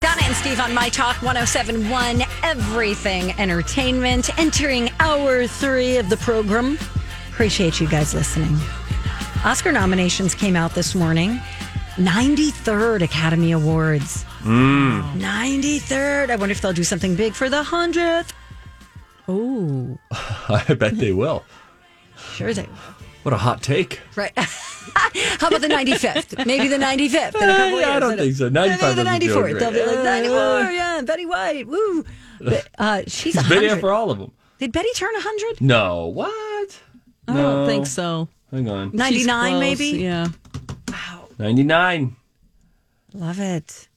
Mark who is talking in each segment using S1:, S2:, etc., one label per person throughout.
S1: Donna and Steve on My Talk 1071, everything entertainment, entering hour three of the program. Appreciate you guys listening. Oscar nominations came out this morning 93rd Academy Awards.
S2: Mm.
S1: 93rd. I wonder if they'll do something big for the 100th. Oh,
S2: I bet they will.
S1: sure they will.
S2: What a hot take.
S1: Right. How about the 95th? Maybe the 95th in a couple
S2: Yeah, Eh, I
S1: years.
S2: don't think so.
S1: Maybe the
S2: 95 doesn't feel
S1: 94th. They'll be
S2: great.
S1: like,
S2: Uh,
S1: 94, yeah, Betty White, woo. But, uh, she's
S2: It's been
S1: 100.
S2: here for all of them.
S1: Did Betty turn 100?
S2: No. What?
S3: I don't
S2: No.
S3: think so.
S2: Hang on.
S3: Oh. She's
S1: 99
S3: close,
S1: maybe?
S3: Yeah.
S2: 99.
S1: Love it.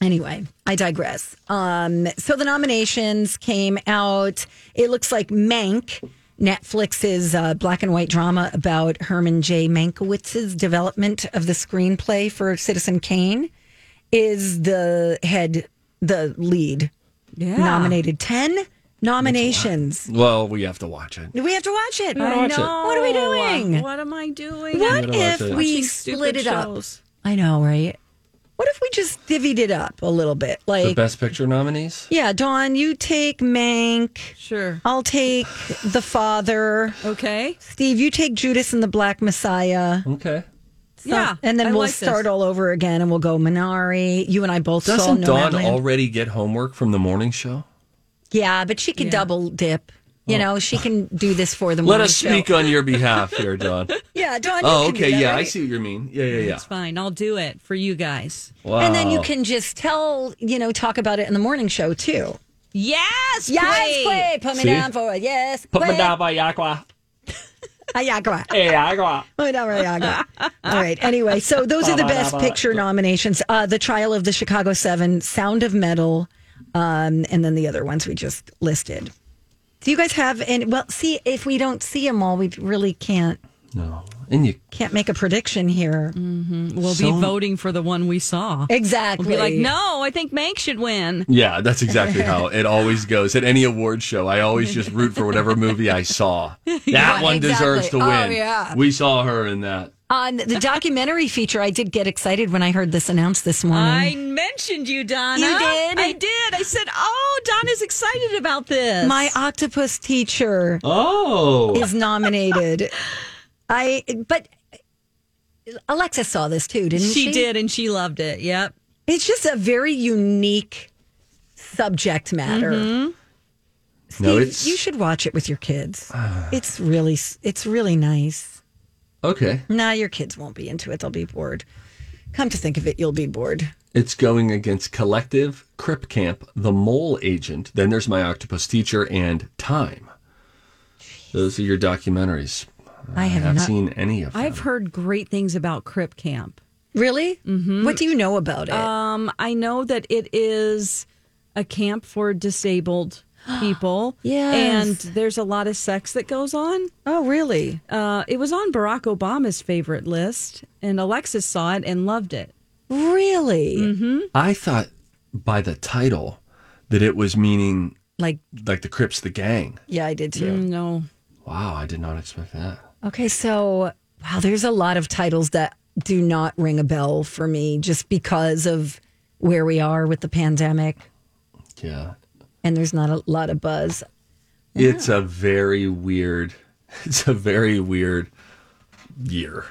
S1: Anyway, I digress. Um, so the nominations came out. It looks like Mank, Netflix's uh, black and white drama about Herman J. Mankiewicz's development of the screenplay for Citizen Kane, is the head, the lead
S3: Yeah.
S1: nominated. 10 nominations.
S2: Well, we have to watch it.
S1: We have to watch it.
S2: gotta watch it.
S1: What are we doing?
S3: Oh, What am I doing?
S1: What
S2: gotta watch
S1: if
S2: it.
S1: we
S3: Watching
S1: split
S3: stupid
S1: it up?
S3: shows.
S1: I know, right? What if we just divvied it up a little bit?
S2: The
S1: Like,
S2: Best Picture nominees?
S1: yeah, Dawn, you take Mank.
S3: Sure.
S1: I'll take The Father.
S3: Okay.
S1: Steve, you take Judas and the Black Messiah. Uh,
S2: Okay.
S3: yeah.
S1: And then
S3: I
S1: we'll
S3: like this.
S1: start all over again and we'll go Minari. You and I both
S2: Doesn't
S1: saw
S2: Dawn
S1: Nomadland.
S2: already get homework from the morning show?
S1: yeah, but she can double dip. You know, she can do this for the
S2: Oh. Let
S1: morning
S2: us
S1: show.
S2: speak on your behalf here, Dawn.
S1: Yeah, Dawn. you
S2: oh,
S1: can do
S2: okay.
S1: that,
S2: Yeah, I
S1: right?
S2: see what you mean. Yeah, yeah, yeah.
S3: It's fine. I'll do it for you guys.
S2: Wow.
S1: And then you can just tell, you know, talk about it in the morning show too.
S3: Yes.
S1: Yes, play. Put me
S2: See?
S1: down for it. Yes.
S2: Put me
S1: play.
S2: down by Yakwa.
S1: Ayagua.
S2: Hey, Yakwa.
S1: Oh, not really, Ayagua. All right. Anyway, so those are the best picture nominations. Uh, the Trial of the Chicago Seven, Sound of Metal, um, and then the other ones we just listed. Do you guys have any? Well, see, if we don't see them all, we really can't
S2: No. And you.
S1: can't make a prediction here.
S3: Mm-hmm. We'll
S2: So-
S3: be voting for the one we saw.
S1: Exactly.
S3: We'll be like, no, I think Mank should win.
S2: Yeah, that's exactly how it always goes. At any award show, I always just root for whatever movie I saw. That one deserves to
S1: exactly.
S2: win.
S1: Oh, yeah.
S2: We saw her in that.
S1: On the documentary feature, I did get excited when I heard this announced this morning.
S3: I mentioned you, Donna.
S1: You did?
S3: I did. I said, oh, Donna's excited about this.
S1: My octopus teacher.
S2: Oh.
S1: is nominated. I but Alexa saw this too, didn't she?
S3: she did, and she loved it. Yep.
S1: It's just a very unique subject matter. Steve,
S2: No, it's-
S1: you should watch it with your kids. it's really it's really nice.
S2: Okay.
S1: Nah, your kids won't be into it. They'll be bored. Come to think of it, you'll be bored.
S2: It's going against Collective, Crip Camp, The Mole Agent, then there's My Octopus Teacher, and Time. Those are your documentaries.
S1: I
S2: I
S1: have
S2: haven't
S1: not
S2: Uh, seen any of them.
S3: I've heard great things about Crip Camp.
S1: really. What do you know about it?
S3: Um, I know that it is a camp for disabled people.
S1: Yes.
S3: And there's a lot of sex that goes on.
S1: oh, really?
S3: Uh, it was on Barack Obama's favorite list, and Alexis saw it and loved it.
S1: Really?
S2: I thought by the title that it was meaning
S1: Like,
S2: like the Crips, the gang.
S1: yeah, I did too.
S3: No.
S2: Wow, I did not expect that.
S1: Okay, so wow, there's a lot of titles that do not ring a bell for me just because of where we are with the pandemic
S2: Yeah.
S1: and there's not a lot of buzz.
S2: It's a very weird. It's a very weird year.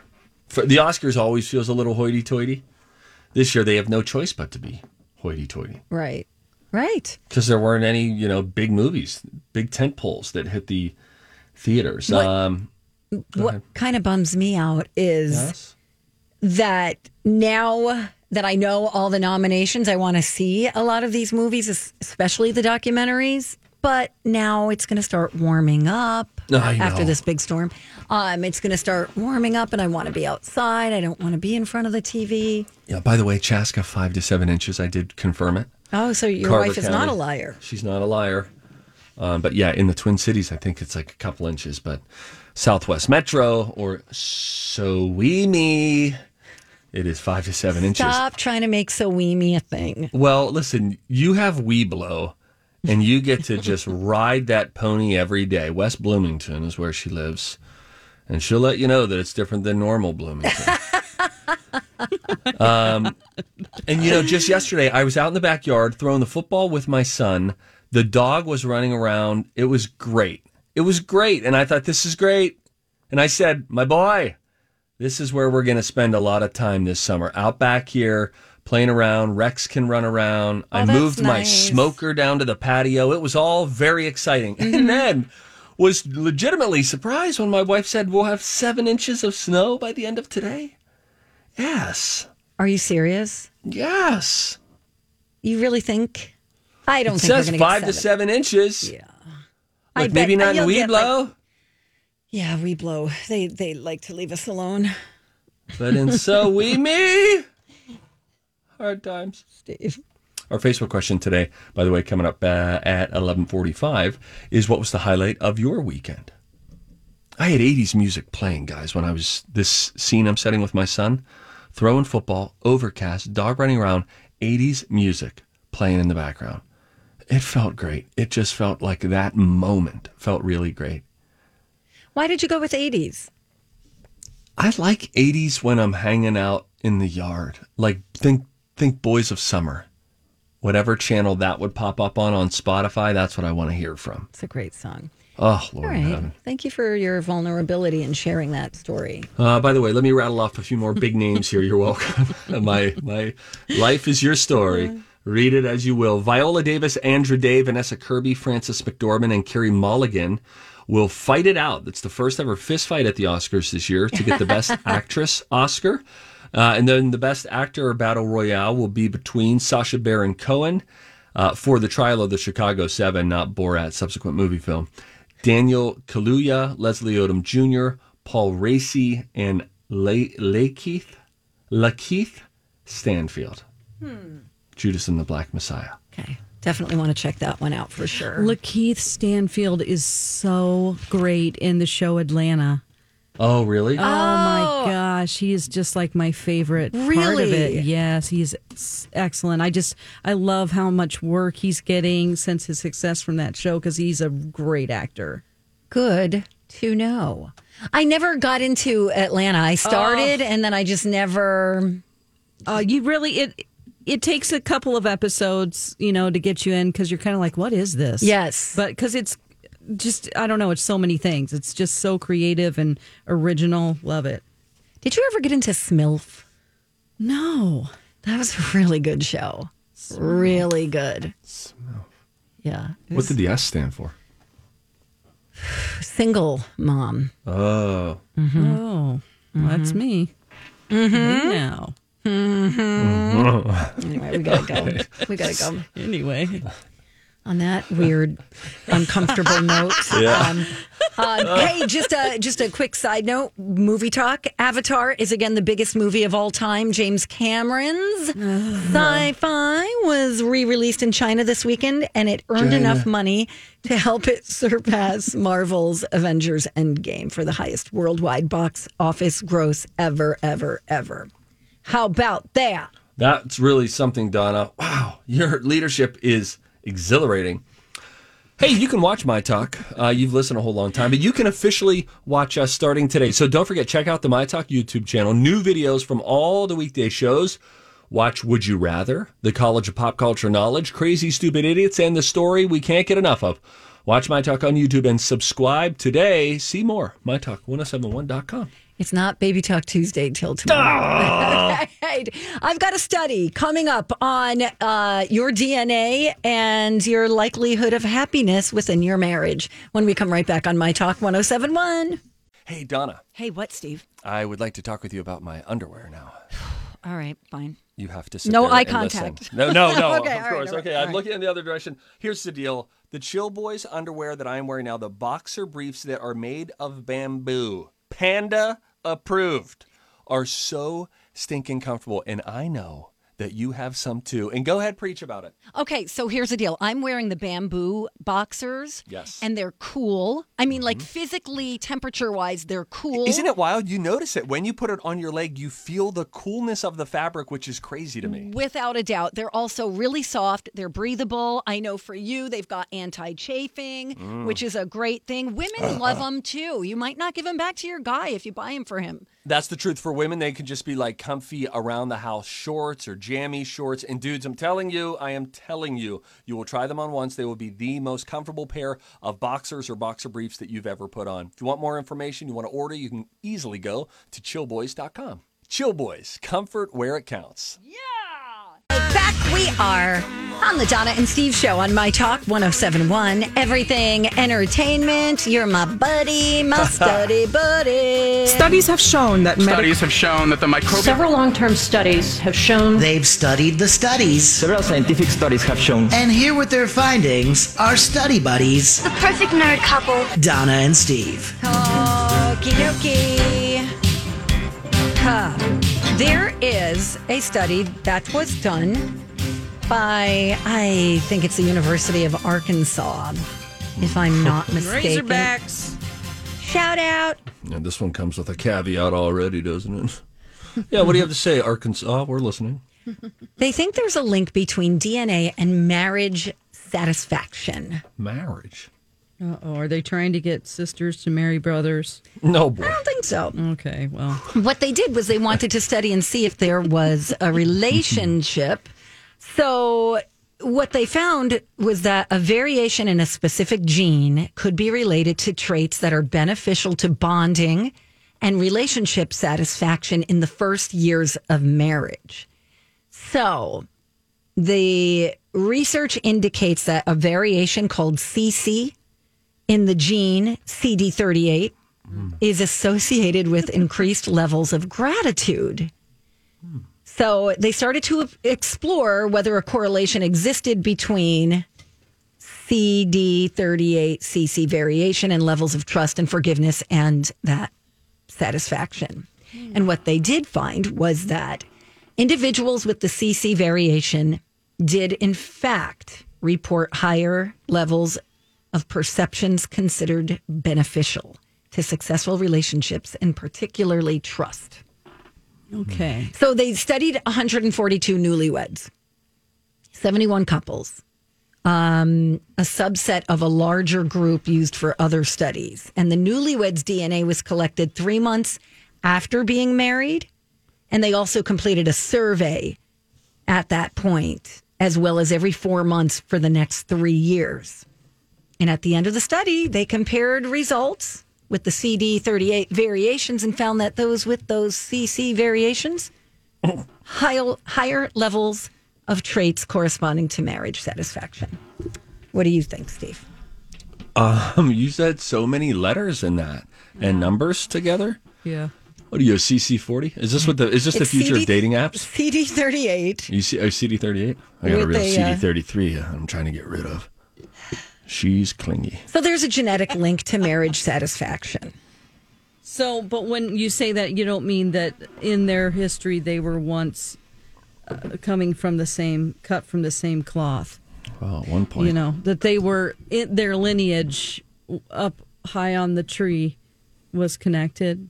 S2: For, the Oscars always feels a little hoity-toity. This year they have no choice but to be hoity-toity
S1: Right. Right.
S2: because there weren't any you know big movies, big tent poles that hit the theaters.
S1: What-
S2: Um,
S1: What kind of bums me out is
S2: yes.
S1: that now that I know all the nominations, I want to see a lot of these movies, es- especially the documentaries. But now it's going to start warming up
S2: I know.
S1: after this big storm. Um, it's going to start warming up, and I want to be outside. I don't want to be in front of the TV.
S2: Yeah. By the way, Chaska five to seven inches. I did confirm it.
S1: Oh, so your
S2: Carver
S1: wife is not
S2: County.
S1: a liar.
S2: She's not a liar. Um, but yeah, in the Twin Cities, I think it's like a couple inches. But Southwest Metro or Soweme, it is five to seven inches.
S1: Stop trying to make Sawimi a thing.
S2: Well, listen, you have Weeblow, and you get to just ride that pony every day. West Bloomington is where she lives, and she'll let you know that it's different than normal Bloomington. um, and you know, just yesterday, I was out in the backyard throwing the football with my son. The dog was running around. It was great. It was great, and I thought this is great. And I said, "My boy." This is where we're going to spend a lot of time this summer. Out back here, playing around. Rex can run around. I
S1: Oh, that's
S2: moved my
S1: nice.
S2: smoker down to the patio. It was all very exciting.
S1: Mm-hmm.
S2: And then was legitimately surprised when my wife said, We'll have seven inches of snow by the end of today. Yes.
S1: Are you serious?
S2: Yes.
S1: You really think? I don't
S2: It
S1: think we're
S2: says
S1: going
S2: five
S1: get
S2: to seven inches.
S1: Yeah. I
S2: Like
S1: bet-
S2: maybe not in
S1: you'll get, like,
S2: Weeblow,
S1: Yeah, we blow. They they like to leave us alone.
S2: but in So We Me. Hard times.
S1: Steve.
S2: Our Facebook question today, by the way, coming up uh, at 11:45 is what was the highlight of your weekend? I had 80s music playing, guys, when I was this scene I'm setting with my son, throwing football, overcast, dog running around, 80s music playing in the background. It felt great. It just felt like that moment felt really great.
S1: Why did you go with 80s?
S2: I like 80s when I'm hanging out in the yard. Like think think Boys of Summer. Whatever channel that would pop up on on Spotify, that's what I want to hear from.
S1: It's a great song.
S2: Oh,
S1: All
S2: Lord in
S1: right.
S2: heaven.
S1: Thank you for your vulnerability and sharing that story.
S2: Uh, by the way, let me rattle off a few more big names here. You're welcome. my my life is your story. Read it as you will. Viola Davis, Andrew Day, Vanessa Kirby, Frances McDormand, and Carrie Mulligan will fight it out. That's the first ever fist fight at the Oscars this year to get the Best Actress Oscar. Uh, and then the Best Actor Battle Royale will be between Sasha Baron Cohen uh, for the trial of the Chicago Seven, not Borat subsequent movie film. Daniel Kaluuya, Leslie Odom Jr., Paul Racy, and La- Lakeith, Lakeith Stanfield. Judas and the Black Messiah.
S1: Okay. Definitely want to check that one out for sure.
S3: Lakeith Stanfield is so great in the show Atlanta.
S2: Oh, really?
S3: Oh, my gosh, he is just like my favorite part of
S1: Really?
S3: it. Yes, he's s- excellent. I just I love how much work he's getting since his success from that show because he's a great actor.
S1: Good to know. I never got into Atlanta. I started and then I just never.
S3: Uh, you really it it takes a couple of episodes, you know, to get you in because you're kind of like, what is this?
S1: Yes.
S3: but because it's just I don't know, it's so many things. It's just so creative and original. Love it.
S1: Did you ever get into Smilf?
S3: No,
S1: That was a really good show. Really good. Smilf. Yeah. It
S2: what
S1: was
S2: did the S stand for?
S1: single mom.
S2: Oh.
S3: oh, well, that's me. Hey now,
S1: Anyway, we got to go. We got to go.
S3: anyway,
S1: on that weird, uncomfortable note. Um, um, hey, just a just a quick side note. Movie talk. Avatar is again the biggest movie of all time. James Cameron's sci-fi was re-released in China this weekend, and it earned enough money to help it surpass Marvel's Avengers: Endgame for the highest worldwide box office gross ever, ever, ever. How about that?
S2: That's really something, Donna. Wow, your leadership is exhilarating. Hey, you can watch My Talk. Uh, you've listened a whole long time, but you can officially watch us starting today. So don't forget, check out the My Talk YouTube channel. New videos from all the weekday shows. Watch Would You Rather, The College of Pop Culture Knowledge, Crazy Stupid Idiots, and The Story We Can't Get Enough of. oh Watch My Talk on YouTube and subscribe today. See more, mytalk1071.com.
S1: It's not Baby Talk Tuesday till tomorrow.
S2: Ah!
S1: right. I've got a study coming up on uh, your DNA and your likelihood of happiness within your marriage when we come right back on My Talk 1071.
S2: Hey, Donna,
S1: Hey, what, Steve?
S2: I would like to talk with you about my underwear now.
S1: All right, fine.
S2: You have to sit
S1: No
S2: there
S1: eye
S2: and listen.
S1: contact.
S2: No, no, no.
S1: Okay, all
S2: of
S1: right,
S2: course.
S1: all right,
S2: okay,
S1: all
S2: I'm
S1: right.
S2: looking in the other direction. Here's the deal: the Chill Boys underwear that I am wearing now, the boxer briefs that are made of bamboo, panda approved, are so stinking comfortable, and I know that you have some too. And go ahead, preach about it.
S1: Okay, so here's the deal. I'm wearing the bamboo boxers.
S2: Yes. Mm-hmm.
S1: And they're cool. I mean, like physically, temperature wise, they're cool.
S2: Isn't it wild? You notice it when you put it on your leg. You feel the coolness of the fabric, which is crazy to me.
S1: Without a doubt. They're also really soft. They're breathable. I know for you, they've got anti chafing, which is a great thing. Women love them too. You might not give them back to your guy if you buy them for him.
S2: That's the truth for women. They can just be like comfy around the house shorts or jammy shorts. And dudes, I'm telling you, I am telling you, you will try them on once. They will be the most comfortable pair of boxers or boxer briefs that you've ever put on. If you want more information, you want to order, you can easily go to chillboys.com. Chill Boys, comfort where it counts.
S1: Back we are on the Donna and Steve show on My Talk 1071. Everything entertainment. You're my buddy, my study buddy.
S4: Studies have shown that medical
S5: Studies have shown that the microbial
S6: Several long term studies have shown
S7: They've studied the studies,
S8: Several scientific studies have shown
S7: and here with their findings are study buddies
S9: The perfect nerd couple.
S7: Donna and Steve.
S1: Okie dokie. Huh. There is a study that was done by, I think it's the University of Arkansas, if I'm not mistaken.
S3: Razorbacks.
S1: Shout out.
S2: And this one comes with a caveat already, doesn't it? Yeah, what do you have to say, Arkansas? oh, We're listening.
S1: They think there's a link between DNA and marriage satisfaction.
S2: Marriage.
S3: Uh oh. Are they trying to get sisters to marry brothers?
S2: No, boy.
S1: I don't think so.
S3: Okay. Well,
S1: what they did was they wanted to study and see if there was a relationship. So what they found was that a variation in a specific gene could be related to traits that are beneficial to bonding and relationship satisfaction in the first years of marriage. So the research indicates that a variation called CC in the gene CD38 is associated with increased levels of gratitude. So they started to explore whether a correlation existed between CD38 CC variation and levels of trust and forgiveness and that satisfaction. And what they did find was that individuals with the CC variation did, in fact, report higher levels of perceptions considered beneficial to successful relationships and particularly trust.
S3: okay.
S1: So they studied 142 newlyweds, 71 couples, um, a subset of a larger group used for other studies. And the newlyweds' DNA was collected three months after being married. And they also completed a survey at that point, as well as every four months for the next three years. And at the end of the study, they compared results with the CD38 variations and found that those with those CC variations higher, higher levels of traits corresponding to marriage satisfaction. What do you think, Steve?
S2: Um, you said so many letters in that and numbers together.
S3: Yeah.
S2: What are you, a CC40? Is this what the is this the
S1: It's
S2: future
S1: CD
S2: of dating apps?
S1: CD38.
S2: You see, oh, CD38. I got a
S1: With
S2: real
S1: a, uh,
S2: CD33. I'm trying to get rid of. She's clingy.
S1: So there's a genetic link to marriage satisfaction.
S3: So, but when you say that, you don't mean that in their history they were once uh, coming from the same cut from the same cloth.
S2: Wow, at one point.
S3: You know that they were in their lineage up high on the tree was connected.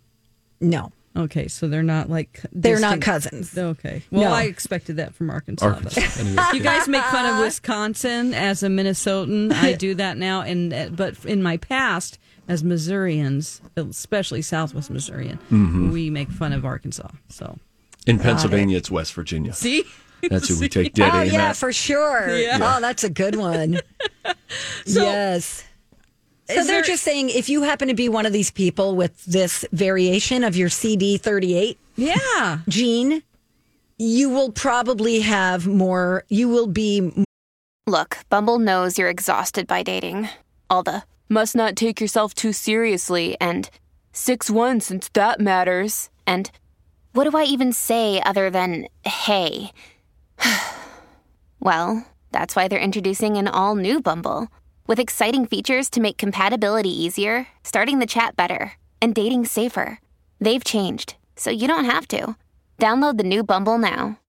S1: No.
S3: Okay, so they're not like
S1: They're not
S3: distinct-
S1: cousins.
S3: Okay, well,
S1: No.
S3: I expected that from Arkansas. though.
S2: Arkansas. Anyway,
S3: You
S2: yeah.
S3: guys make fun of Wisconsin as a Minnesotan. I do that now, and uh, but in my past, as Missourians, especially Southwest Missourian,
S2: Mm-hmm.
S3: we make fun of Arkansas. So
S2: In Pennsylvania, it's West Virginia.
S3: see,
S2: That's who we take dead
S1: oh,
S2: aim
S1: yeah,
S2: at.
S1: for sure.
S3: Yeah.
S1: Oh, that's a good one. yes. So they're just saying if you happen to be one of these people with this variation of your CD38
S3: Yeah.
S1: gene, you will probably have more, you will be
S5: Look, Bumble knows you're exhausted by dating. All the must not take yourself too seriously and 6 1 since that matters. And what do I even say other than hey? well, that's why they're introducing an all new Bumble with exciting features to make compatibility easier, starting the chat better, and dating safer. They've changed, so you don't have to. Download the new Bumble now.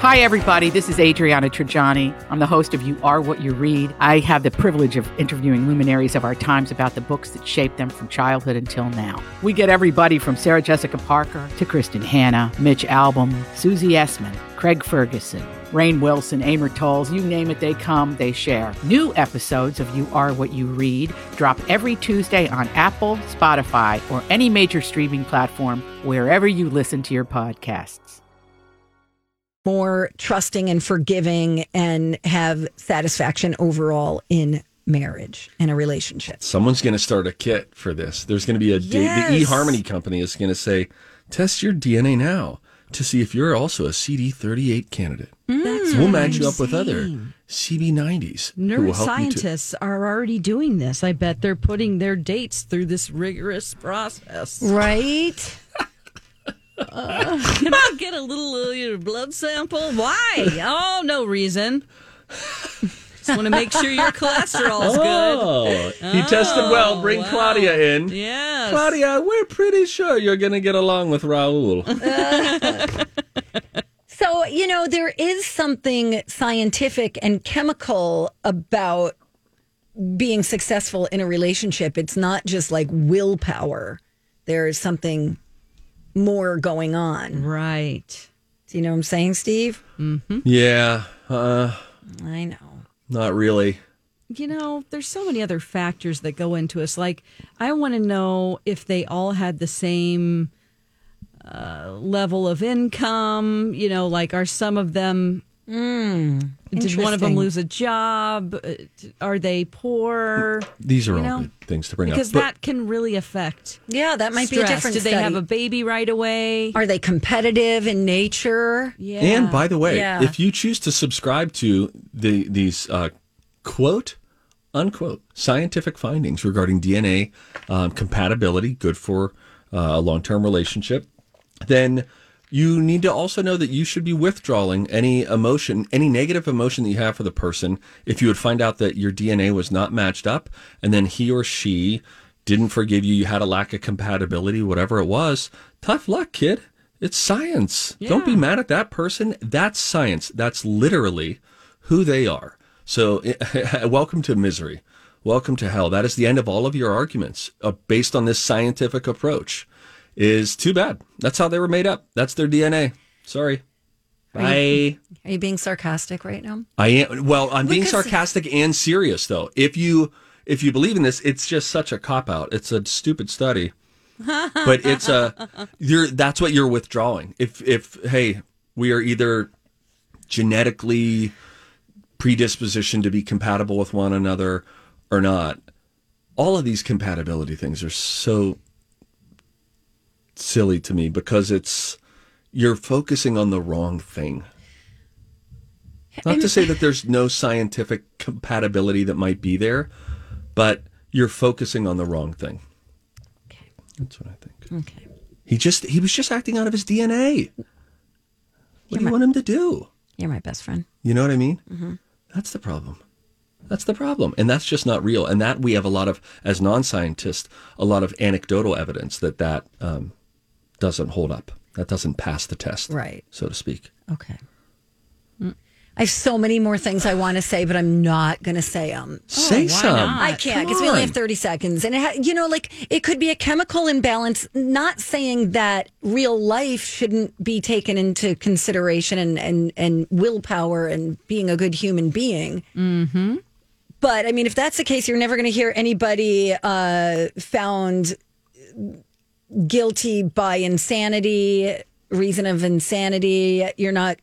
S8: Hi, everybody. This is Adriana Trajani. I'm the host of You Are What You Read. I have the privilege of interviewing luminaries of our times about the books that shaped them from childhood until now. We get everybody from Sarah Jessica Parker to Kristen Hanna, Mitch Albom, Susie Essman, Craig Ferguson, Rain Wilson, Amor Tolls, you name it, they come, they share. New episodes of You Are What You Read drop every Tuesday on Apple, Spotify, or any major streaming platform wherever you listen to your podcasts.
S1: more trusting and forgiving and have satisfaction overall in marriage and a relationship.
S2: Someone's going to start a kit for this. There's going to be a da- the
S1: Yes.
S2: eHarmony company is going to say, test your DNA now to see if you're also a CD38 candidate.
S1: Mm.
S2: we'll match you up with other CB90s. who will help you to-
S3: Neuroscientists are already doing this. I bet they're putting their dates through this rigorous process.
S1: Right?
S3: Can I get a little of your blood sample? Why? Oh, no reason. Just want to make sure your cholesterol's good. Oh,
S2: Oh, he tested well. Bring Claudia in.
S3: Yes.
S2: Claudia, we're pretty sure you're going to get along with Raul.
S1: So, you know, there is something scientific and chemical about being successful in a relationship. It's not just like willpower, there is something more going on.
S3: Right.
S1: Do you know what I'm saying, Steve?
S2: yeah, uh,
S1: I know.
S2: not really.
S3: You know, there's so many other factors that go into us. Like, I want to know if they all had the same uh, level of income. You know, like, are some of them. did one of them
S1: interesting.
S3: lose a job? Uh, Are they poor?
S2: These are all
S3: know,
S2: good things to bring
S3: Because
S2: up. But-
S3: that can really affect.
S1: Yeah, that might be a
S3: stress.
S1: different
S3: Did they
S1: study.
S3: have a baby right away?
S1: Are they competitive in nature?
S3: yeah.
S2: And by the way,
S1: Yeah.
S2: if you choose to subscribe to the these uh, quote unquote scientific findings regarding DNA um, compatibility, good for uh, a long term relationship, then you need to also know that you should be withdrawing any emotion, any negative emotion that you have for the person. If you would find out that your DNA was not matched up, and then he or she didn't forgive you, you had a lack of compatibility, whatever it was, tough luck, kid. It's science. Don't be mad at that person. That's science. That's literally who they are. So, welcome to misery. Welcome to hell. That is the end of all of your arguments uh, based on this scientific approach. Is too bad. That's how they were made up. That's their DNA. Sorry. Bye.
S1: Are you being sarcastic right now?
S2: I am well. I'm being sarcastic and serious though. If you if you believe in this, it's just such a cop out. It's a stupid study, but it's a you're that's what you're withdrawing. If if hey, we are either genetically predispositioned to be compatible with one another or not. All of these compatibility things are so silly to me because it's you're focusing on the wrong thing. Not to say that there's no scientific compatibility that might be there, but you're focusing on the wrong thing. That's what I think.
S1: Okay.
S2: He just he was just acting out of his DNA. What do you want him to do?
S1: You're my best friend.
S2: You know what I mean?
S1: Mm-hmm.
S2: That's the problem. That's the problem. And that's just not real. And that we have a lot of, as non scientists, a lot of anecdotal evidence that that um, doesn't hold up. That doesn't pass the test,
S1: Right.
S2: so to speak.
S1: Okay. Mm. I have so many more things I want to say, but I'm not going to say them.
S2: Say some.
S1: I can't because we only have 30 seconds. And, it ha- you know, like it could be a chemical imbalance, not saying that real life shouldn't be taken into consideration and, and, and willpower and being a good human being. Mm-hmm. But I mean, if that's the case, you're never going to hear anybody uh, found guilty by insanity, reason of insanity. You're not,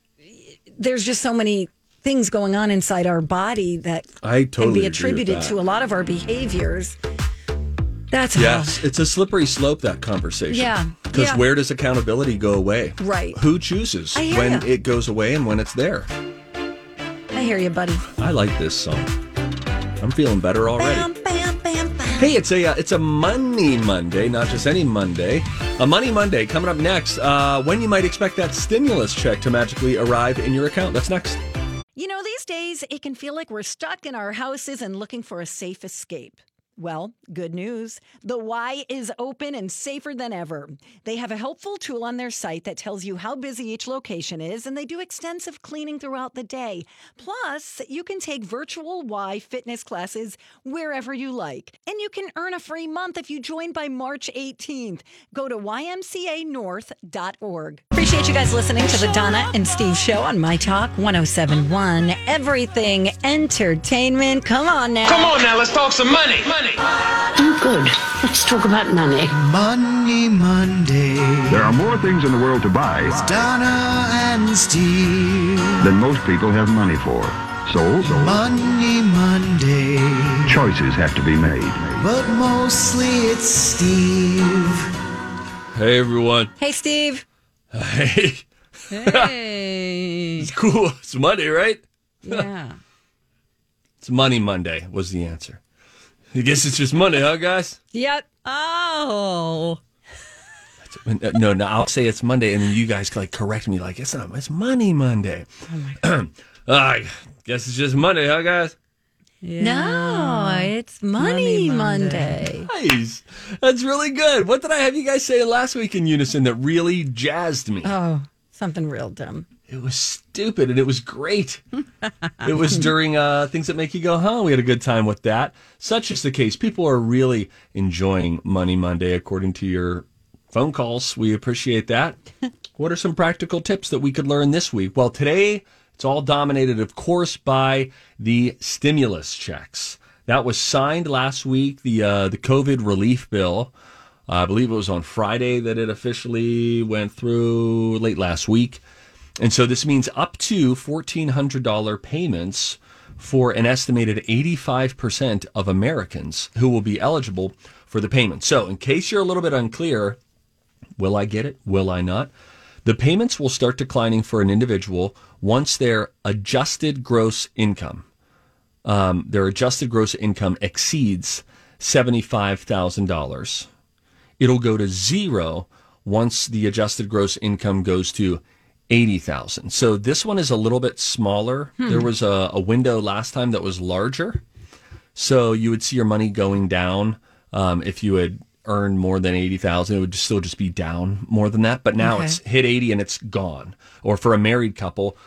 S1: there's just so many things going on inside our body that
S2: I totally
S1: can
S2: agree
S1: be
S2: with
S1: attributed
S2: that.
S1: to a lot of our behaviors. That's
S2: Yes, it's a slippery slope that conversation.
S1: Yeah,
S2: Because
S1: yeah.
S2: where does accountability go away?
S1: Right.
S2: Who chooses
S1: I hear
S2: when
S1: ya.
S2: it goes away and when it's there?
S1: how I hear you, buddy.
S2: I like this song. I'm feeling better already.
S1: Bam, bam, bam, bam.
S2: Hey, it's a uh, it's a Money Monday, not just any Monday. A Money Monday coming up next. Uh, when you might expect that stimulus check to magically arrive in your account? That's next.
S1: You know, these days it can feel like we're stuck in our houses and looking for a safe escape. Well, good news. The Y is open and safer than ever. They have a helpful tool on their site that tells you how busy each location is, and they do extensive cleaning throughout the day. Plus, you can take virtual Y fitness classes wherever you like. And you can earn a free month if you join by March 18th. Go to ymcanorth.org. Appreciate you guys listening to the Donna and Steve show on My Talk 1071. Everything entertainment. Come on now.
S9: Come on now, let's talk some money. Money.
S6: I'm good. Let's talk about money.
S7: Money Monday.
S10: There are more things in the world to buy
S7: It's Donna and Steve.
S10: than most people have money for. So,
S7: Money Monday.
S10: choices have to be made.
S7: But mostly it's Steve.
S2: Hey everyone.
S1: Hey, Steve.
S2: Hey,
S3: Hey.
S2: it's cool. It's Monday, right?
S3: yeah.
S2: It's Money Monday was the answer. I guess it's just Monday, huh, guys?
S3: Yep. Oh.
S2: No, no, I'll say it's Monday, and then you guys like correct me, like it's not. It's Money Monday. Oh my I guess it's just Monday, huh, guys?
S1: No, it's Money,
S3: Money
S1: Monday.
S2: Nice. That's really good. What did I have you guys say last week in unison that really jazzed me?
S1: Oh, something real dumb.
S2: It was stupid and it was great. it was during uh, things that make you go, huh? We had a good time with that. Such is the case. People are really enjoying Money Monday, according to your phone calls. We appreciate that. what are some practical tips that we could learn this week? Well, today it's all dominated, of course, by the stimulus checks. That was signed last week. The uh, the COVID relief bill. I believe it was on Friday that it officially went through late last week. And so this means up to $1,400 payments for an estimated 85% of Americans who will be eligible for the payment. So, in case you're a little bit unclear, will I get it? Will I not? The payments will start declining for an individual once their adjusted gross income, um, their adjusted gross income exceeds $75,000 it'll go to zero once the adjusted gross income goes to 80,000. So this one is a little bit smaller. There was a, a window last time that was larger. So you would see your money going down um, if you had earned more than 80,000 it would still just be down more than that but now it's hit 80 and it's gone or for a married couple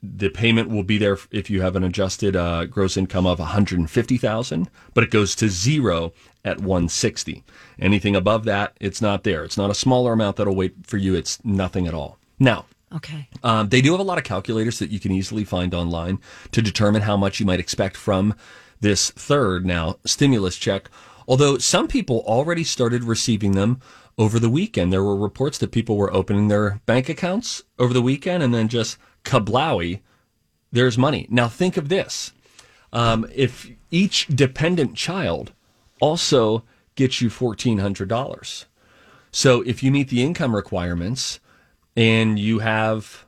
S2: the payment will be there if you have an adjusted uh, gross income of 150,000, but it goes to zero at 160. Anything above that, it's not there. It's not a smaller amount that'll wait for you. It's nothing at all. Now,
S1: Okay.
S2: um, they do have a lot of calculators that you can easily find online to determine how much you might expect from this third now stimulus check. Although some people already started receiving them over the weekend, there were reports that people were opening their bank accounts over the weekend and then just kablowy, there's money. Now think of this: um, if each dependent child also gets you fourteen hundred dollars, so if you meet the income requirements and you have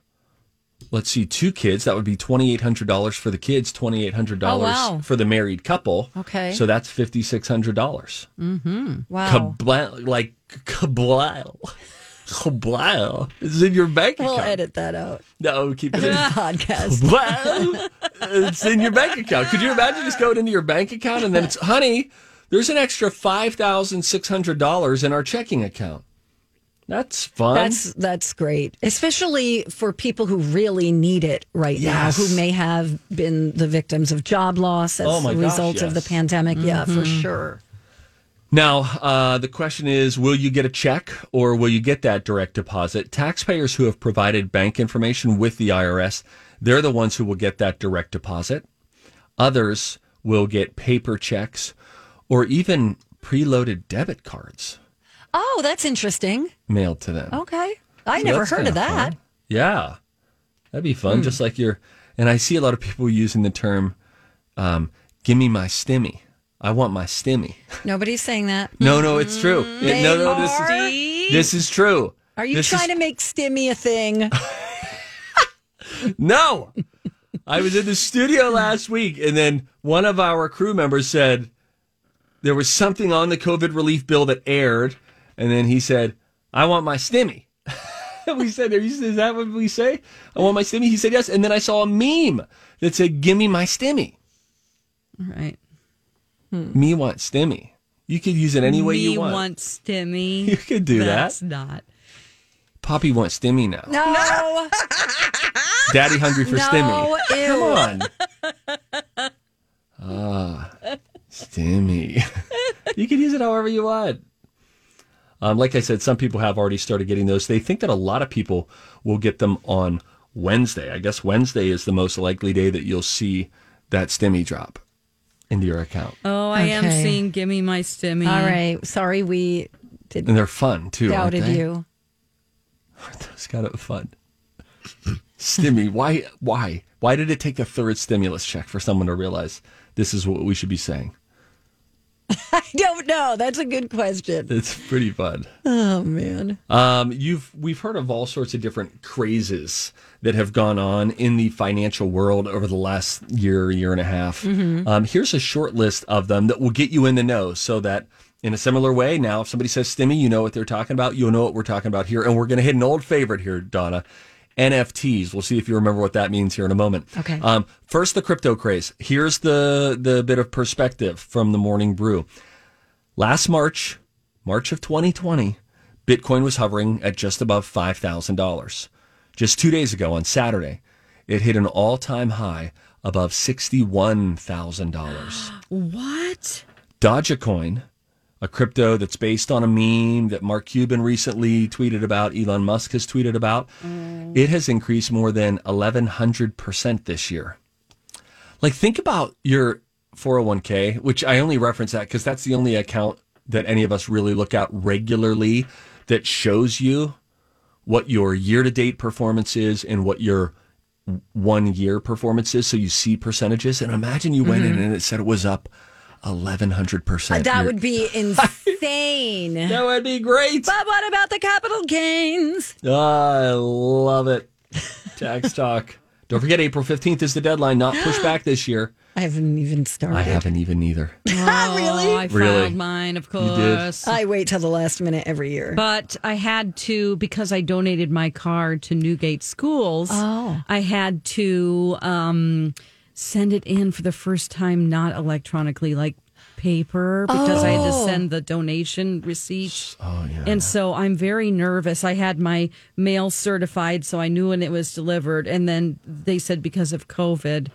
S2: let's see two kids that would be $2800 for the kids $2800
S1: Oh, wow.
S2: for the married couple
S1: Okay. Mm-hmm.
S2: so that's $5600
S1: Wow.
S2: kablow like kablow kablow is in your bank
S1: we'll
S2: account
S1: edit that out.
S2: no keep it in
S1: Podcast.
S2: Kablow! it's in your bank account could you imagine just going into your bank account and then it's honey there's an extra $5600 in our checking account that's fun
S1: That's that's great, especially for people who really need it right
S2: Yes.
S1: now, who may have been the victims of job loss as
S2: Oh my
S1: a
S2: gosh,
S1: result of the
S2: yes. Mm-hmm.
S1: pandemic. Yeah, for sure.
S2: Now, uh, the question is will you get a check or will you get that direct deposit? Taxpayers who have provided bank information with the IRS, they're the ones who will get that direct deposit. Others will get paper checks or even preloaded debit cards
S1: Oh, that's interesting.
S2: mailed to them.
S1: Okay, I
S2: So
S1: Oh, never
S2: that's
S1: heard
S2: kinda
S1: of that. Hmm.
S2: fun. Yeah. That'd be fun. Just like your And I see a lot of people using the term, um, give me my stimmy. I want my stimmy.
S1: Nobody's saying that.
S2: No, no, it's true. It- no, no, this is, this is true.
S1: Hmm. Are you
S2: This is-
S1: trying to make stimmy a thing?
S2: No. I was in the studio last week, and then one of our crew members said there was something on the COVID relief bill that aired, and then he said, "I want my stimmy." we said, Are you, "Is that what we say? I want my stimmy." He said, "Yes," and then I saw a meme that said, "Give me my stimmy."
S3: Right.
S1: Hmm.
S2: Me want stimmy. You could use it any way
S3: Me
S2: you want.
S3: wants Timmy.
S2: You could do that.
S3: That's not.
S2: Poppy wants stimmy now.
S1: No.
S2: Daddy hungry for
S1: No,
S2: stimmy.
S1: ew.
S2: Come on. Ah, stimmy. you can use it however you want. Um, like I said, some people have already started getting those. They think that a lot of people will get them on Wednesday. I guess Wednesday is the most likely day that you'll see that stimmy drop into your account.
S3: Oh, I am
S1: Okay.
S3: seeing Gimme My Stimmy.
S1: All right. Sorry, we
S2: And they're fun too. aren't
S1: doubted
S2: they?
S1: you.
S2: It's kind of fun. Stimmy, why, why, why did it take the third stimulus check for someone to realize this is what we should be saying?
S1: I don't know. That's a good question.
S2: It's pretty fun.
S1: Oh man.
S2: Um, you've we've heard of all sorts of different crazes that have gone on in the financial world over the last year, year and a half.
S1: Mm-hmm.
S2: Um, here's a short list of them that will get you in the know, so that in a similar way, now if somebody says "stimmy," you know what they're talking about. You'll know what we're talking about here, and we're going to hit an old favorite here, Donna. NFTs. We'll see if you remember what that means here in a moment.
S1: Okay.
S2: Um, first, the crypto craze. Here's the the bit of perspective from the Morning Brew. Last March, March of 2020, Bitcoin was hovering at just above $5,000. Just two days ago on Saturday, it hit an all time high above $61,000.
S3: What?
S2: Dogecoin, a crypto that's based on a meme that Mark Cuban recently tweeted about, Elon Musk has tweeted about, it has increased more than 1,100% this year. Like, think about your 401k, which I only reference that because that's the only account that any of us really look at regularly that shows you what your year to date performance is and what your one year performance is. So you see percentages. And imagine you went in and it said it was up 1,100%.
S1: That
S2: You're-
S1: would be insane.
S2: that would be great.
S1: But what about the capital gains?
S2: Ah, I love it. Tax talk. Don't forget, April 15th is the deadline, not pushed back this year.
S1: I haven't even started.
S2: I haven't even either.
S3: Oh, really? I filed
S2: Really?
S3: mine, of
S2: did.
S3: course.
S1: I wait till the last minute every year.
S3: But I had to because I donated my car to Newgate Schools.
S1: Oh.
S3: I had to um, send it in for the first time, not electronically, like paper, because I had to
S1: Oh.
S3: send the donation receipt. Oh yeah. And so I'm very nervous. I had my mail certified, so I knew when it was delivered. And then they said because of COVID.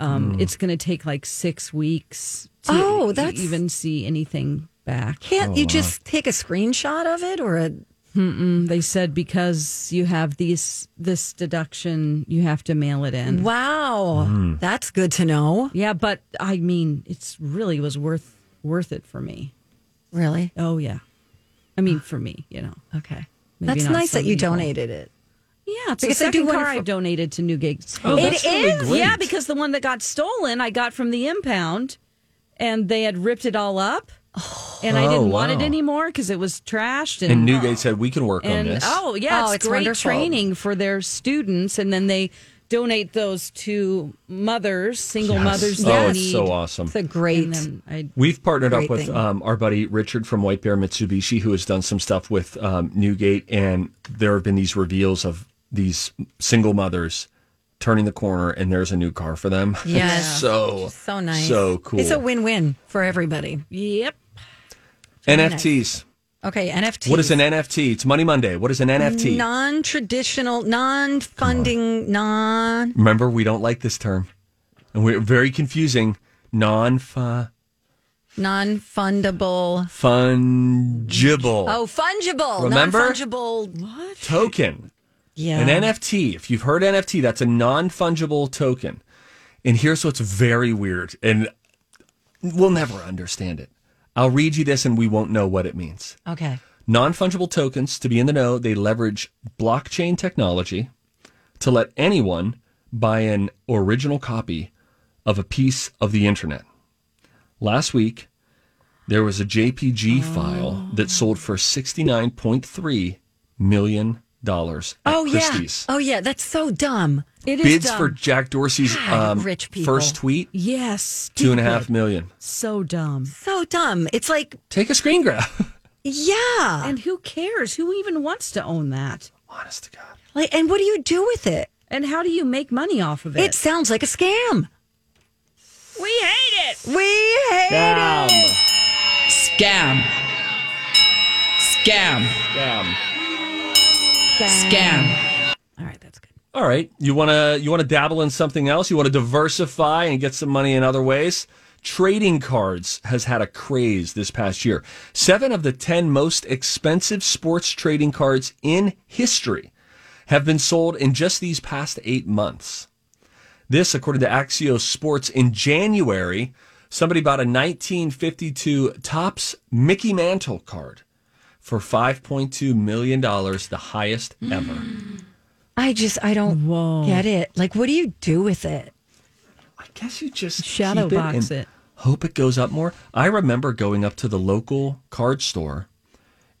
S3: Um, It's going to take like six weeks to
S1: Mm. Oh, that's-
S3: even see anything back.
S1: Can't you just take a screenshot of it or a
S3: They said because you have these this deduction, you have to mail it in.
S1: wow? That's good to know.
S3: Yeah, but I mean, it's really was worth worth it for me.
S1: Really?
S3: Oh yeah, I mean for me, you know.
S1: Okay.
S3: Maybe
S1: That's
S3: not
S1: nice
S3: some
S1: that you
S3: people.
S1: donated it.
S3: Yeah, it's
S1: Because
S3: the
S1: they do
S3: second car
S1: wonderful-
S3: I donated to Newgate.
S2: Oh, that's
S1: It
S2: really
S1: is?
S2: great.
S3: Yeah, because the one that got stolen, I got from the impound, and they had ripped it all up, and I
S2: Oh,
S3: didn't want it
S2: wow.
S3: anymore because it was trashed and,
S2: And Newgate said we can work on
S3: and
S2: this.
S3: oh yeah,
S1: Oh,
S3: it's,
S1: it's
S3: great
S1: wonderful.
S3: training for their students, and then they donate those to mothers, single
S2: Yes.
S3: mothers.
S2: Oh,
S3: that
S2: it's so
S3: need-
S2: awesome.
S1: It's a great.
S3: And then I
S2: We've partnered up
S1: Great
S2: with
S1: thing.
S2: um, our buddy Richard from White Bear Mitsubishi, who has done some stuff with um, Newgate, and there have been these reveals of these single mothers turning the corner, and there's a new car for them.
S1: Yeah.
S2: It's so
S1: so nice.
S2: so cool.
S1: It's a win-win for everybody.
S3: yep.
S2: NFTs.
S1: Okay, NFT.
S2: What is an NFT? It's Money Monday. What is an NFT?
S1: Non-traditional, non-funding, non.
S2: Remember, we don't like this term, and we're very confusing. Non-fungible.
S1: non-fundable. Oh, fungible,
S2: Remember?
S1: non-fungible. What?
S2: token.
S1: Yeah.
S2: An NFT, if you've heard NFT, that's a non fungible token. And here's what's very weird, and we'll never understand it. I'll read you this and we won't know what it means.
S1: Okay.
S2: Non fungible tokens, to be in the know, they leverage blockchain technology to let anyone buy an original copy of a piece of the internet. Last week, there was a JPG file that sold for $69.3 million at
S1: Oh
S2: Christie's.
S1: yeah. Oh yeah. That's so dumb. It is
S2: Bids
S1: dumb.
S2: for Jack Dorsey's
S1: God,
S2: um,
S1: rich people.
S2: first tweet,
S3: Yes.
S2: two and a
S3: stupid.
S2: half million.
S3: So dumb.
S1: so dumb. It's like
S2: Take a screen grab.
S1: yeah.
S3: And who cares? Who even wants to own that?
S2: Honest to God.
S1: Like, and what do you do with it?
S3: And how do you make money off of it?
S1: It sounds like a scam.
S3: we hate it.
S1: We hate
S2: Damn.
S11: Scam. Scam.
S2: Damn.
S11: Scam.
S3: All right, that's good.
S2: All right, you want to you want to dabble in something else? You want to diversify and get some money in other ways? Trading cards has had a craze this past year. 7 of the 10 most expensive sports trading cards in history have been sold in just these past 8 months. This according to Axios Sports in January, somebody bought a 1952 Topps Mickey Mantle card for 5.2 million dollars, the highest ever.
S3: Mm.
S1: I just I don't
S3: Whoa.
S1: get it. Like, what do you do with it?
S2: I guess you just
S3: Shadow
S2: keep it
S3: box
S2: and
S3: it.
S2: Hope it goes up more. I remember going up to the local card store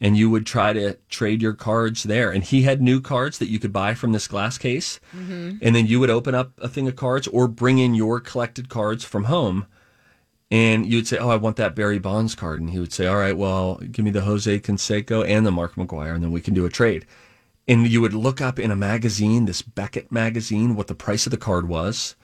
S2: and you would try to trade your cards there. And he had new cards that you could buy from this glass case.
S3: Mm-hmm.
S2: And then you would open up a thing of cards or bring in your collected cards from home. And you'd say, Oh, I want that Barry Bonds card. And he would say, All right, well, give me the Jose Canseco and the Mark McGuire, and then we can do a trade. And you would look up in a magazine, this Beckett magazine, what the price of the card was.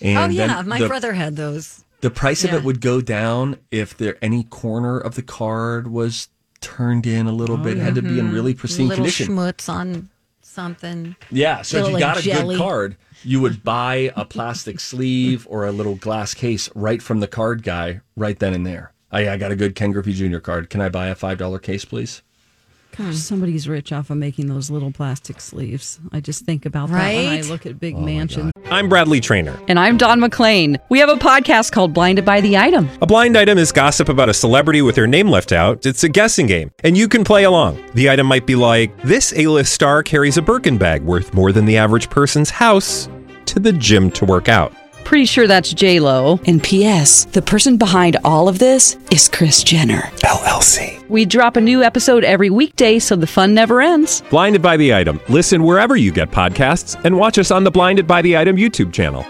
S2: And
S1: oh yeah,
S2: then
S1: my
S2: the-
S1: brother had those.
S2: the price of
S1: Yeah.
S2: it would go down if there any corner of the card was turned in a little bit. It Had to be in really
S1: Oh,
S2: pristine
S1: mm-hmm. Little
S2: condition.
S1: schmutz on something.
S2: yeah, so if
S1: little,
S2: you
S1: like,
S2: got a
S1: jelly.
S2: good card, you would buy a plastic sleeve or a little glass case right from the card guy right then and there. Oh, I, I got a good Ken Griffey Jr. card. Can I buy a five dollar case, please?
S3: Gosh, somebody's rich off of making those little plastic sleeves. I just think about that when I
S1: Right?
S3: look at
S2: Oh
S3: big mansions.
S12: I'm Bradley Trainer.
S13: And I'm Don McClain. We have a podcast called Blinded by the Item.
S12: A blind item is gossip about a celebrity with their name left out. It's a guessing game, and you can play along. The item might be like this: A-list star carries a Birkin bag worth more than the average person's house to the gym to work out.
S13: Pretty sure that's J Lo. And P.S. The person behind all of this is Chris Jenner
S12: LLC.
S13: We drop a new episode every weekday, so the fun never ends.
S12: Blinded by the item. Listen wherever you get podcasts, and watch us on the Blinded by the Item YouTube channel.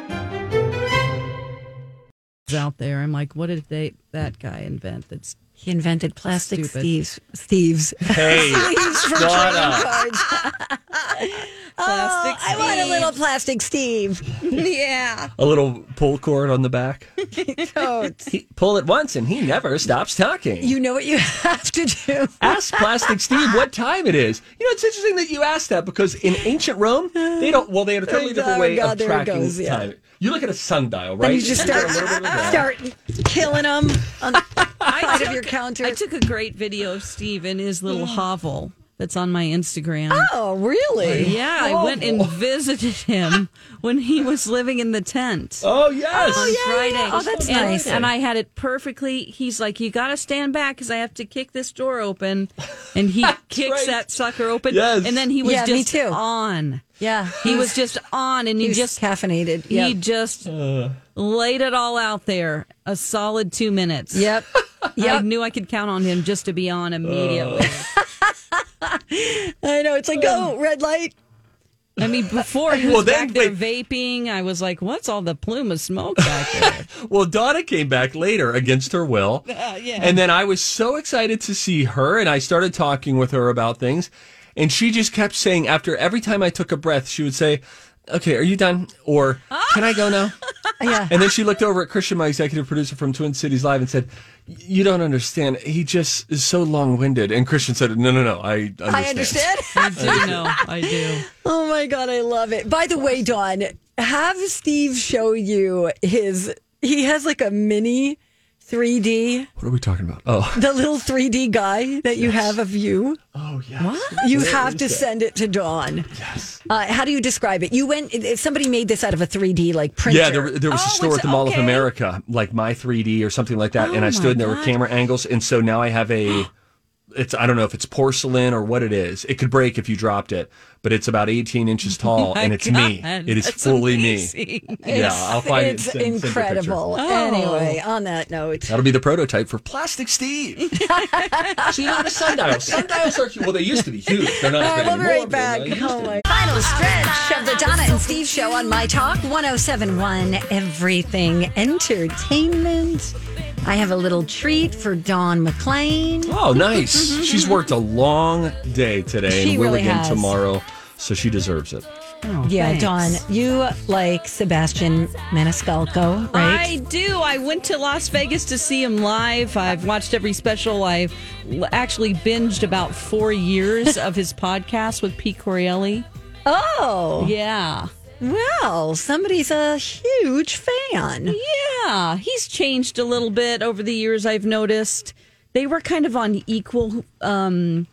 S3: It's out there. I'm like, what did they that guy invent? That's
S1: He invented plastic
S3: Stupid.
S1: Steve's Steve's
S2: Hey,
S1: sleeves for
S2: shut
S1: trading
S2: up.
S1: cards.
S3: Plastic
S1: oh, I want a
S3: Steve.
S1: little plastic Steve. yeah.
S2: A little pull cord on the back. He- pull it once, and he never stops talking.
S1: You know what you have to do.
S2: Ask Plastic Steve what time it is. You know, it's interesting that you asked that because in ancient Rome, they don't. Well, they had a totally different
S1: Oh,
S2: way
S1: God,
S2: of
S1: there it
S2: tracking
S1: goes, yeah.
S2: time. You look at a sundial, right?
S1: Then you just
S2: got a
S1: start,
S2: little bit of that.
S1: start killing them on the side of your counter.
S3: I took a great video of Steve in his little hovel that's on my Instagram.
S1: oh, really?
S3: Yeah, I went
S1: Oh.
S3: and visited him when he was living in the tent.
S2: Oh yes.
S3: on Friday.
S1: yeah. Oh, that's
S3: and,
S1: nice.
S3: And I had it perfectly. He's like, you got to stand back because I have to kick this door open. And he kicks
S2: right.
S3: that sucker open.
S2: Yes.
S3: And then he was
S1: Yeah, me
S3: just
S1: too.
S3: on.
S1: Yeah.
S3: He was just on and he
S1: He's
S3: just,
S1: caffeinated.
S3: he
S1: Yep.
S3: just
S1: Uh.
S3: laid it all out there. A solid two minutes.
S1: Yep.
S3: I
S1: Yep.
S3: knew I could count on him just to be
S1: Uh.
S3: on immediately. Um,
S1: I know. It's like, go, red light.
S3: I mean, before he was
S2: Well, then
S3: back there vaping, I was like, what's all the plume of smoke back there?
S2: Well, Donna came back later against her will.
S1: Uh,
S2: And then I was so excited to see her, and I started talking with her about things. And she just kept saying, after every time I took a breath, she would say, Okay, are you done? Or can I go now?
S1: Yeah.
S2: And then she looked over at Christian, my executive producer from Twin Cities Live, and said, You don't understand. He just is so long winded. And Christian said, No, no, no. I understand.
S1: I understand.
S3: I know, I do.
S1: Oh my god, I love it. By the way, Dawn, have Steve show you his he has like a mini 3D,
S2: What are we talking about? Oh,
S1: the little 3D guy that you have of you.
S2: oh yes.
S1: You have to send it to Dawn. Yes. Uh, how do you describe it? You went if somebody made this out of a 3D like printer.
S2: Yeah, there, there was
S3: Oh,
S2: a store
S3: it's-
S2: at the Mall
S3: okay.
S2: of America, like My 3D or something like that.
S3: Oh,
S2: and I
S3: my
S2: stood and there were
S3: God.
S2: camera angles. And so now I have a it's I don't know if it's porcelain or what it is. It could break if you dropped it, but it's about 18 inches tall, and it's me.
S1: God,
S2: It is
S1: that's
S2: fully me.
S1: amazing.
S2: Yeah, I'll find
S1: it's
S2: it. and send- send you a picture.
S1: incredible.
S3: Oh.
S1: Anyway, on that note,
S2: That'll be the prototype for Plastic Steve. so you know what a sundial? Sundials are huge. Well, they used to be huge. They're not.
S1: All right, we'll
S2: as big
S1: be
S2: anymore,
S1: right
S2: but
S1: back.
S2: they used
S1: Oh
S2: to
S1: my. Final stretch of the Donna and Steve show on My Talk 1071 Everything Entertainment. I have a little treat for Dawn McLean.
S2: Oh, nice. She's worked a long day today
S1: She
S2: and will
S1: really
S2: again
S1: has.
S2: tomorrow, so she deserves it.
S1: yeah, Dawn,
S3: thanks.
S1: you like Sebastian Maniscalco, right?
S3: I do. I went to Las Vegas to see him live. I've watched every special. I've l- actually binged about four years of his podcast with Pete Corielli.
S1: oh,
S3: Yeah.
S1: well, somebody's a huge fan.
S3: Yeah. He's changed a little bit over the years, I've noticed. They were kind of on equal um,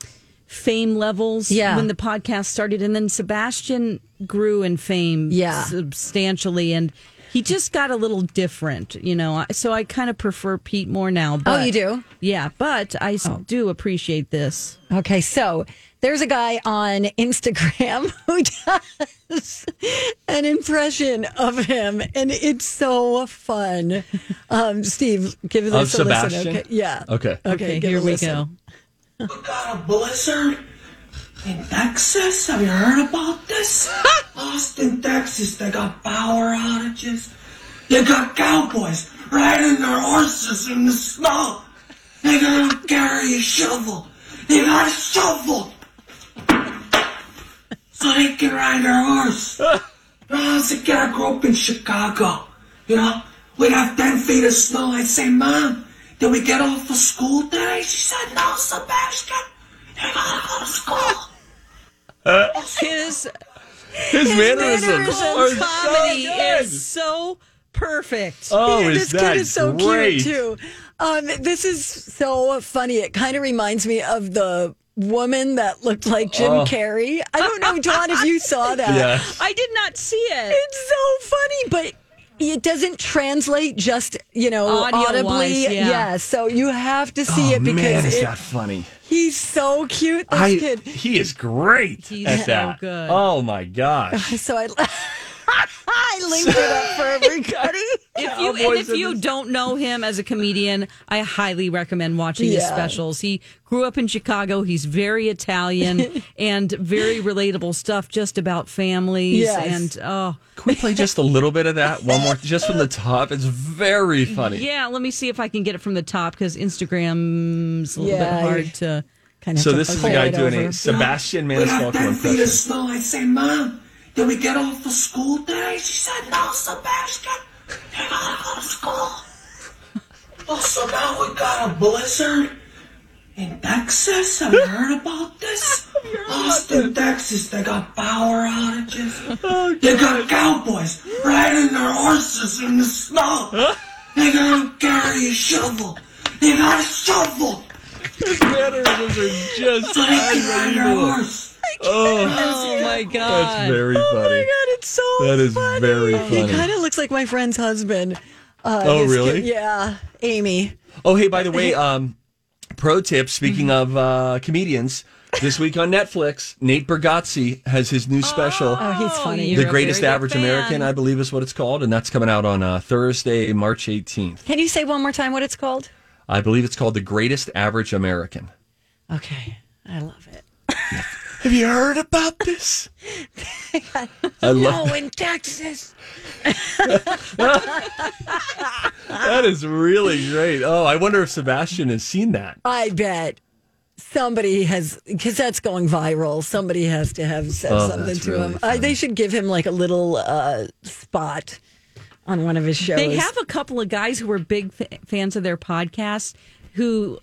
S3: fame levels
S1: Yeah.
S3: when the podcast started. And then Sebastian grew in fame
S1: Yeah.
S3: substantially. And he just got a little different, you know. So I kind of prefer Pete more now. But,
S1: Oh, you do? Oh.
S3: Yeah. But I s- do appreciate this.
S1: Okay, so there's a guy on Instagram who does an impression of him, and it's so fun. Um, Steve, give this
S2: Of
S1: a
S2: Sebastian?
S1: listen. Okay, yeah.
S2: Okay.
S1: Okay, give
S3: here
S1: a
S3: we
S1: listen.
S3: go.
S14: got a blizzard in Texas. Have you heard about this? Austin, Texas, they got power outages. They got cowboys riding their horses in the snow. They gotta carry a shovel. They got a shovel so they can ride their horse. As a kid, I grew up in Chicago. You know, we'd have 10 feet of snow. I'd say, Mom, did we get off of school today? She said, No, Sebastian, you gotta go to school.
S3: His
S2: His, mannerisms, are
S3: mannerisms comedy
S2: so good.
S3: is so perfect.
S2: Oh,
S1: Yeah,
S2: is
S1: this
S2: that
S1: kid is so
S2: great?
S1: cute too. Um, this is so funny. It kind of reminds me of the woman that looked like Jim
S2: Oh.
S1: Carrey. I don't know, John, if you saw that.
S2: Yeah.
S3: I did not see it.
S1: It's so funny, but it doesn't translate just you know
S3: Audio-wise,
S1: audibly.
S3: yeah.
S1: So you have to see it
S2: oh, man,
S1: because
S2: is
S1: it-
S2: that funny?
S1: he's so cute. This
S2: I,
S1: kid.
S2: he is great
S3: He's
S2: at
S3: so
S2: that.
S3: good.
S2: Oh my gosh.
S1: So I. I linked it up for everybody.
S3: If you and
S2: Cowboys
S3: if
S2: in
S3: you
S2: the-
S3: don't know him as a comedian, I highly recommend watching his
S1: Yeah.
S3: specials. He grew up in Chicago. He's very Italian and very relatable stuff just about families
S1: Yes.
S3: and oh
S2: Can we play just a little bit of that? One more, just from the top. It's very funny.
S3: yeah. Let me see if I can get it from the top because Instagram's a little
S1: Yeah,
S3: bit hard to.
S1: Kind
S2: So this is the
S1: pull
S2: guy
S1: it
S2: doing
S1: over.
S2: a Sebastian
S14: We got
S2: Maniscalco
S14: 10 feet of
S2: impression.
S14: snow. I'd say, Mom, did we get off of school today? She said, No, Sebastian, you gotta go to school. Well, so now we got a blizzard in Texas. Have you heard about this? Austin, Texas, they got power outages.
S1: Oh,
S14: they got cowboys riding their horses in the snow. they gotta carry a shovel. They got a shovel
S2: His mannerisms are just
S14: so they can ride their
S2: unbelievable.
S14: horse.
S3: Oh my god!
S2: That's very funny.
S1: Oh my god, it's so
S2: That is
S1: funny.
S2: very
S1: He
S2: funny.
S1: kind of looks like my friend's husband. Uh,
S2: Oh,
S1: this
S2: really?
S1: kid- yeah, Amy.
S2: Oh, hey, by the way, um, pro tip. Speaking
S1: Mm-hmm.
S2: of uh, comedians, this week on Netflix, Nate Bergazzi has his new special,
S1: Oh, he's funny.
S2: "The
S3: you're a
S2: Greatest
S3: very good
S2: Average
S3: fan.
S2: American," I believe is what it's called, and that's coming out on uh, Thursday, March 18th.
S1: Can you say one more time what it's called?
S2: I believe it's called "The Greatest Average American."
S1: Okay, I love it.
S2: Have you heard about this? I love
S14: Oh, in Texas.
S2: that is really great. Oh, I wonder if Sebastian has seen that.
S1: I bet somebody has because that's going viral. Somebody has to have said
S2: Oh,
S1: something
S2: that's
S1: to
S2: really
S1: him. I, they should give him like a little uh, spot on one of his shows.
S3: They have a couple of guys who are big f- fans of their podcast who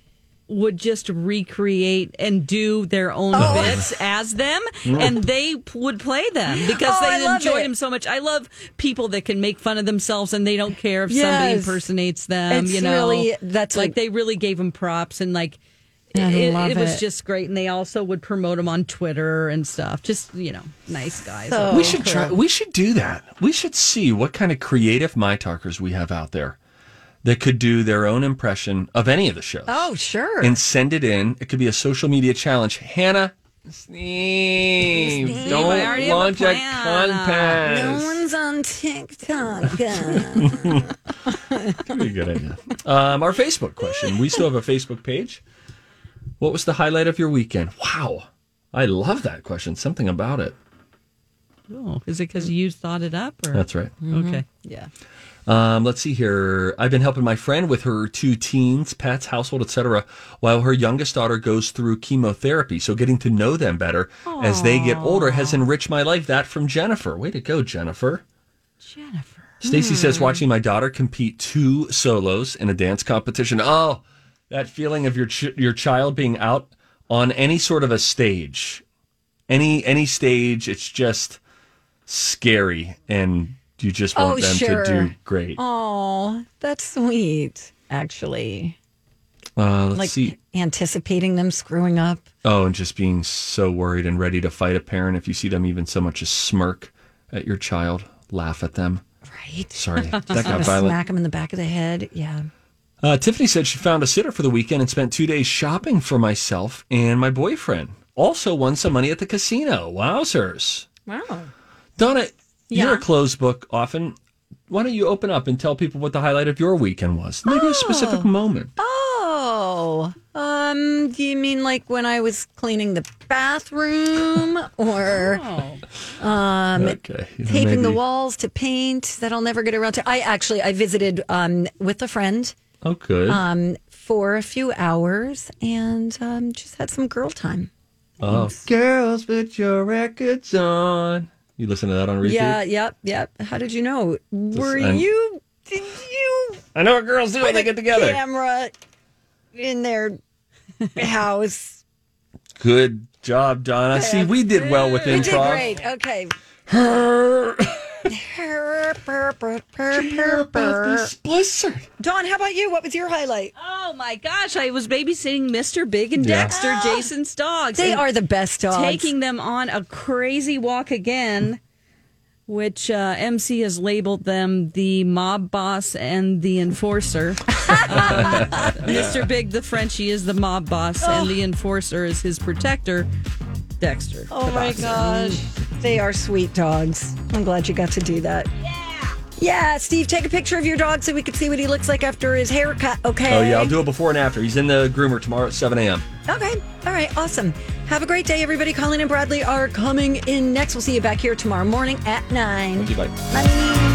S3: would just recreate and do their own
S1: Oh.
S3: bits as them, and they p- would play them because
S1: Oh, I
S3: they
S1: love
S3: enjoyed
S1: it.
S3: them so much. I love people that can make fun of themselves and they don't care if somebody
S1: Yes.
S3: impersonates them.
S1: It's
S3: Um, you know,
S1: really- that's
S3: like
S1: a-
S3: they really gave them props and like.
S1: I
S3: it,
S1: love
S3: it was
S1: it.
S3: just great, and they also would promote them on Twitter and stuff. Just you know, nice guys.
S1: So-
S2: we should try. We should do that. We should see what kind of creative my talkers we have out there that could do their own impression of any of the shows
S1: Oh, sure.
S2: and send it in. It could be a social media challenge. Hannah, Steve,
S1: I
S2: don't
S1: already have a
S2: launch a
S1: plan. No
S2: contest.
S1: one's on TikTok.
S2: That'd be a good idea. Um, our Facebook question. We still have a Facebook page. What was the highlight of your weekend? Wow. I love that question. Something about it.
S3: Oh, is it because you thought it up? Or?
S2: That's right.
S3: Okay. Yeah.
S2: Um, let's see here. I've been helping my friend with her two teens, pets, household, etc., while her youngest daughter goes through chemotherapy. So getting to know them better as they get older has enriched my life. That from Jennifer. Way to go, Jennifer.
S3: Jennifer.
S2: Stacy
S1: Hmm.
S2: says watching my daughter compete two solos in a dance competition. Oh, that feeling of your ch- your child being out on any sort of a stage, any any stage, it's just scary, and you just want
S1: Oh,
S2: them
S1: sure.
S2: to do great.
S1: Oh, that's sweet, actually.
S2: Uh, let's
S1: like
S2: see.
S1: anticipating them screwing up.
S2: Oh, and just being so worried and ready to fight a parent if you see them even so much as smirk at your child, laugh at them.
S1: Right.
S2: Sorry, that
S1: Just
S2: got
S1: wanna
S2: violent.
S1: Smack them in the back of the head. Yeah.
S2: Uh, Tiffany said she found a sitter for the weekend and spent two days shopping for myself and my boyfriend. Also won some money at the casino. Wowzers.
S1: Wow.
S2: Donna, you're
S1: Yeah.
S2: a closed book often. Why don't you open up and tell people what the highlight of your weekend was? Maybe a specific moment.
S1: Oh, um, do you mean like when I was cleaning the bathroom or um,
S2: Okay, you know,
S1: taping the
S2: maybe-
S1: walls to paint that I'll never get around to? I actually I visited um, with a friend
S2: Oh, good.
S1: um, for a few hours and um, just had some girl time.
S2: oh. Girls, put your records on. You listen to that on repeat?
S1: Yeah, yep, yep. How did you know? Were
S2: I'm-
S1: you? Did you
S2: I know what girls do when they get together.
S1: camera in their house?
S2: Good job, Donna. See, we did well with
S1: We
S2: improv.
S1: did great. Okay.
S2: Her.
S1: Purr, purr, purr, purr, purr, purr.
S2: Blizzard.
S1: Dawn, how about you? What was your highlight?
S3: Oh my gosh! I was babysitting Mr. Big and
S2: Yeah.
S3: Dexter, Jason's dogs.
S1: Ah, They
S3: and
S1: are the best dogs.
S3: Taking them on a crazy walk again, which uh, MC has labeled them the mob boss and the enforcer. um, Mr. Big, the Frenchie, is the mob boss, and the enforcer is his protector, Dexter.
S1: oh my gosh. They are sweet dogs. I'm glad you got to do that. Yeah. Yeah, Steve, take a picture of your dog so we can see what he looks like after his haircut. Okay.
S2: Oh, yeah, I'll do it before and after. He's in the groomer tomorrow at 7 a.m.
S1: Okay. All right. Awesome. Have a great day, everybody. Colleen and Bradley are coming in next. We'll see you back here tomorrow morning at 9.
S2: Thank you, bye.
S1: Bye.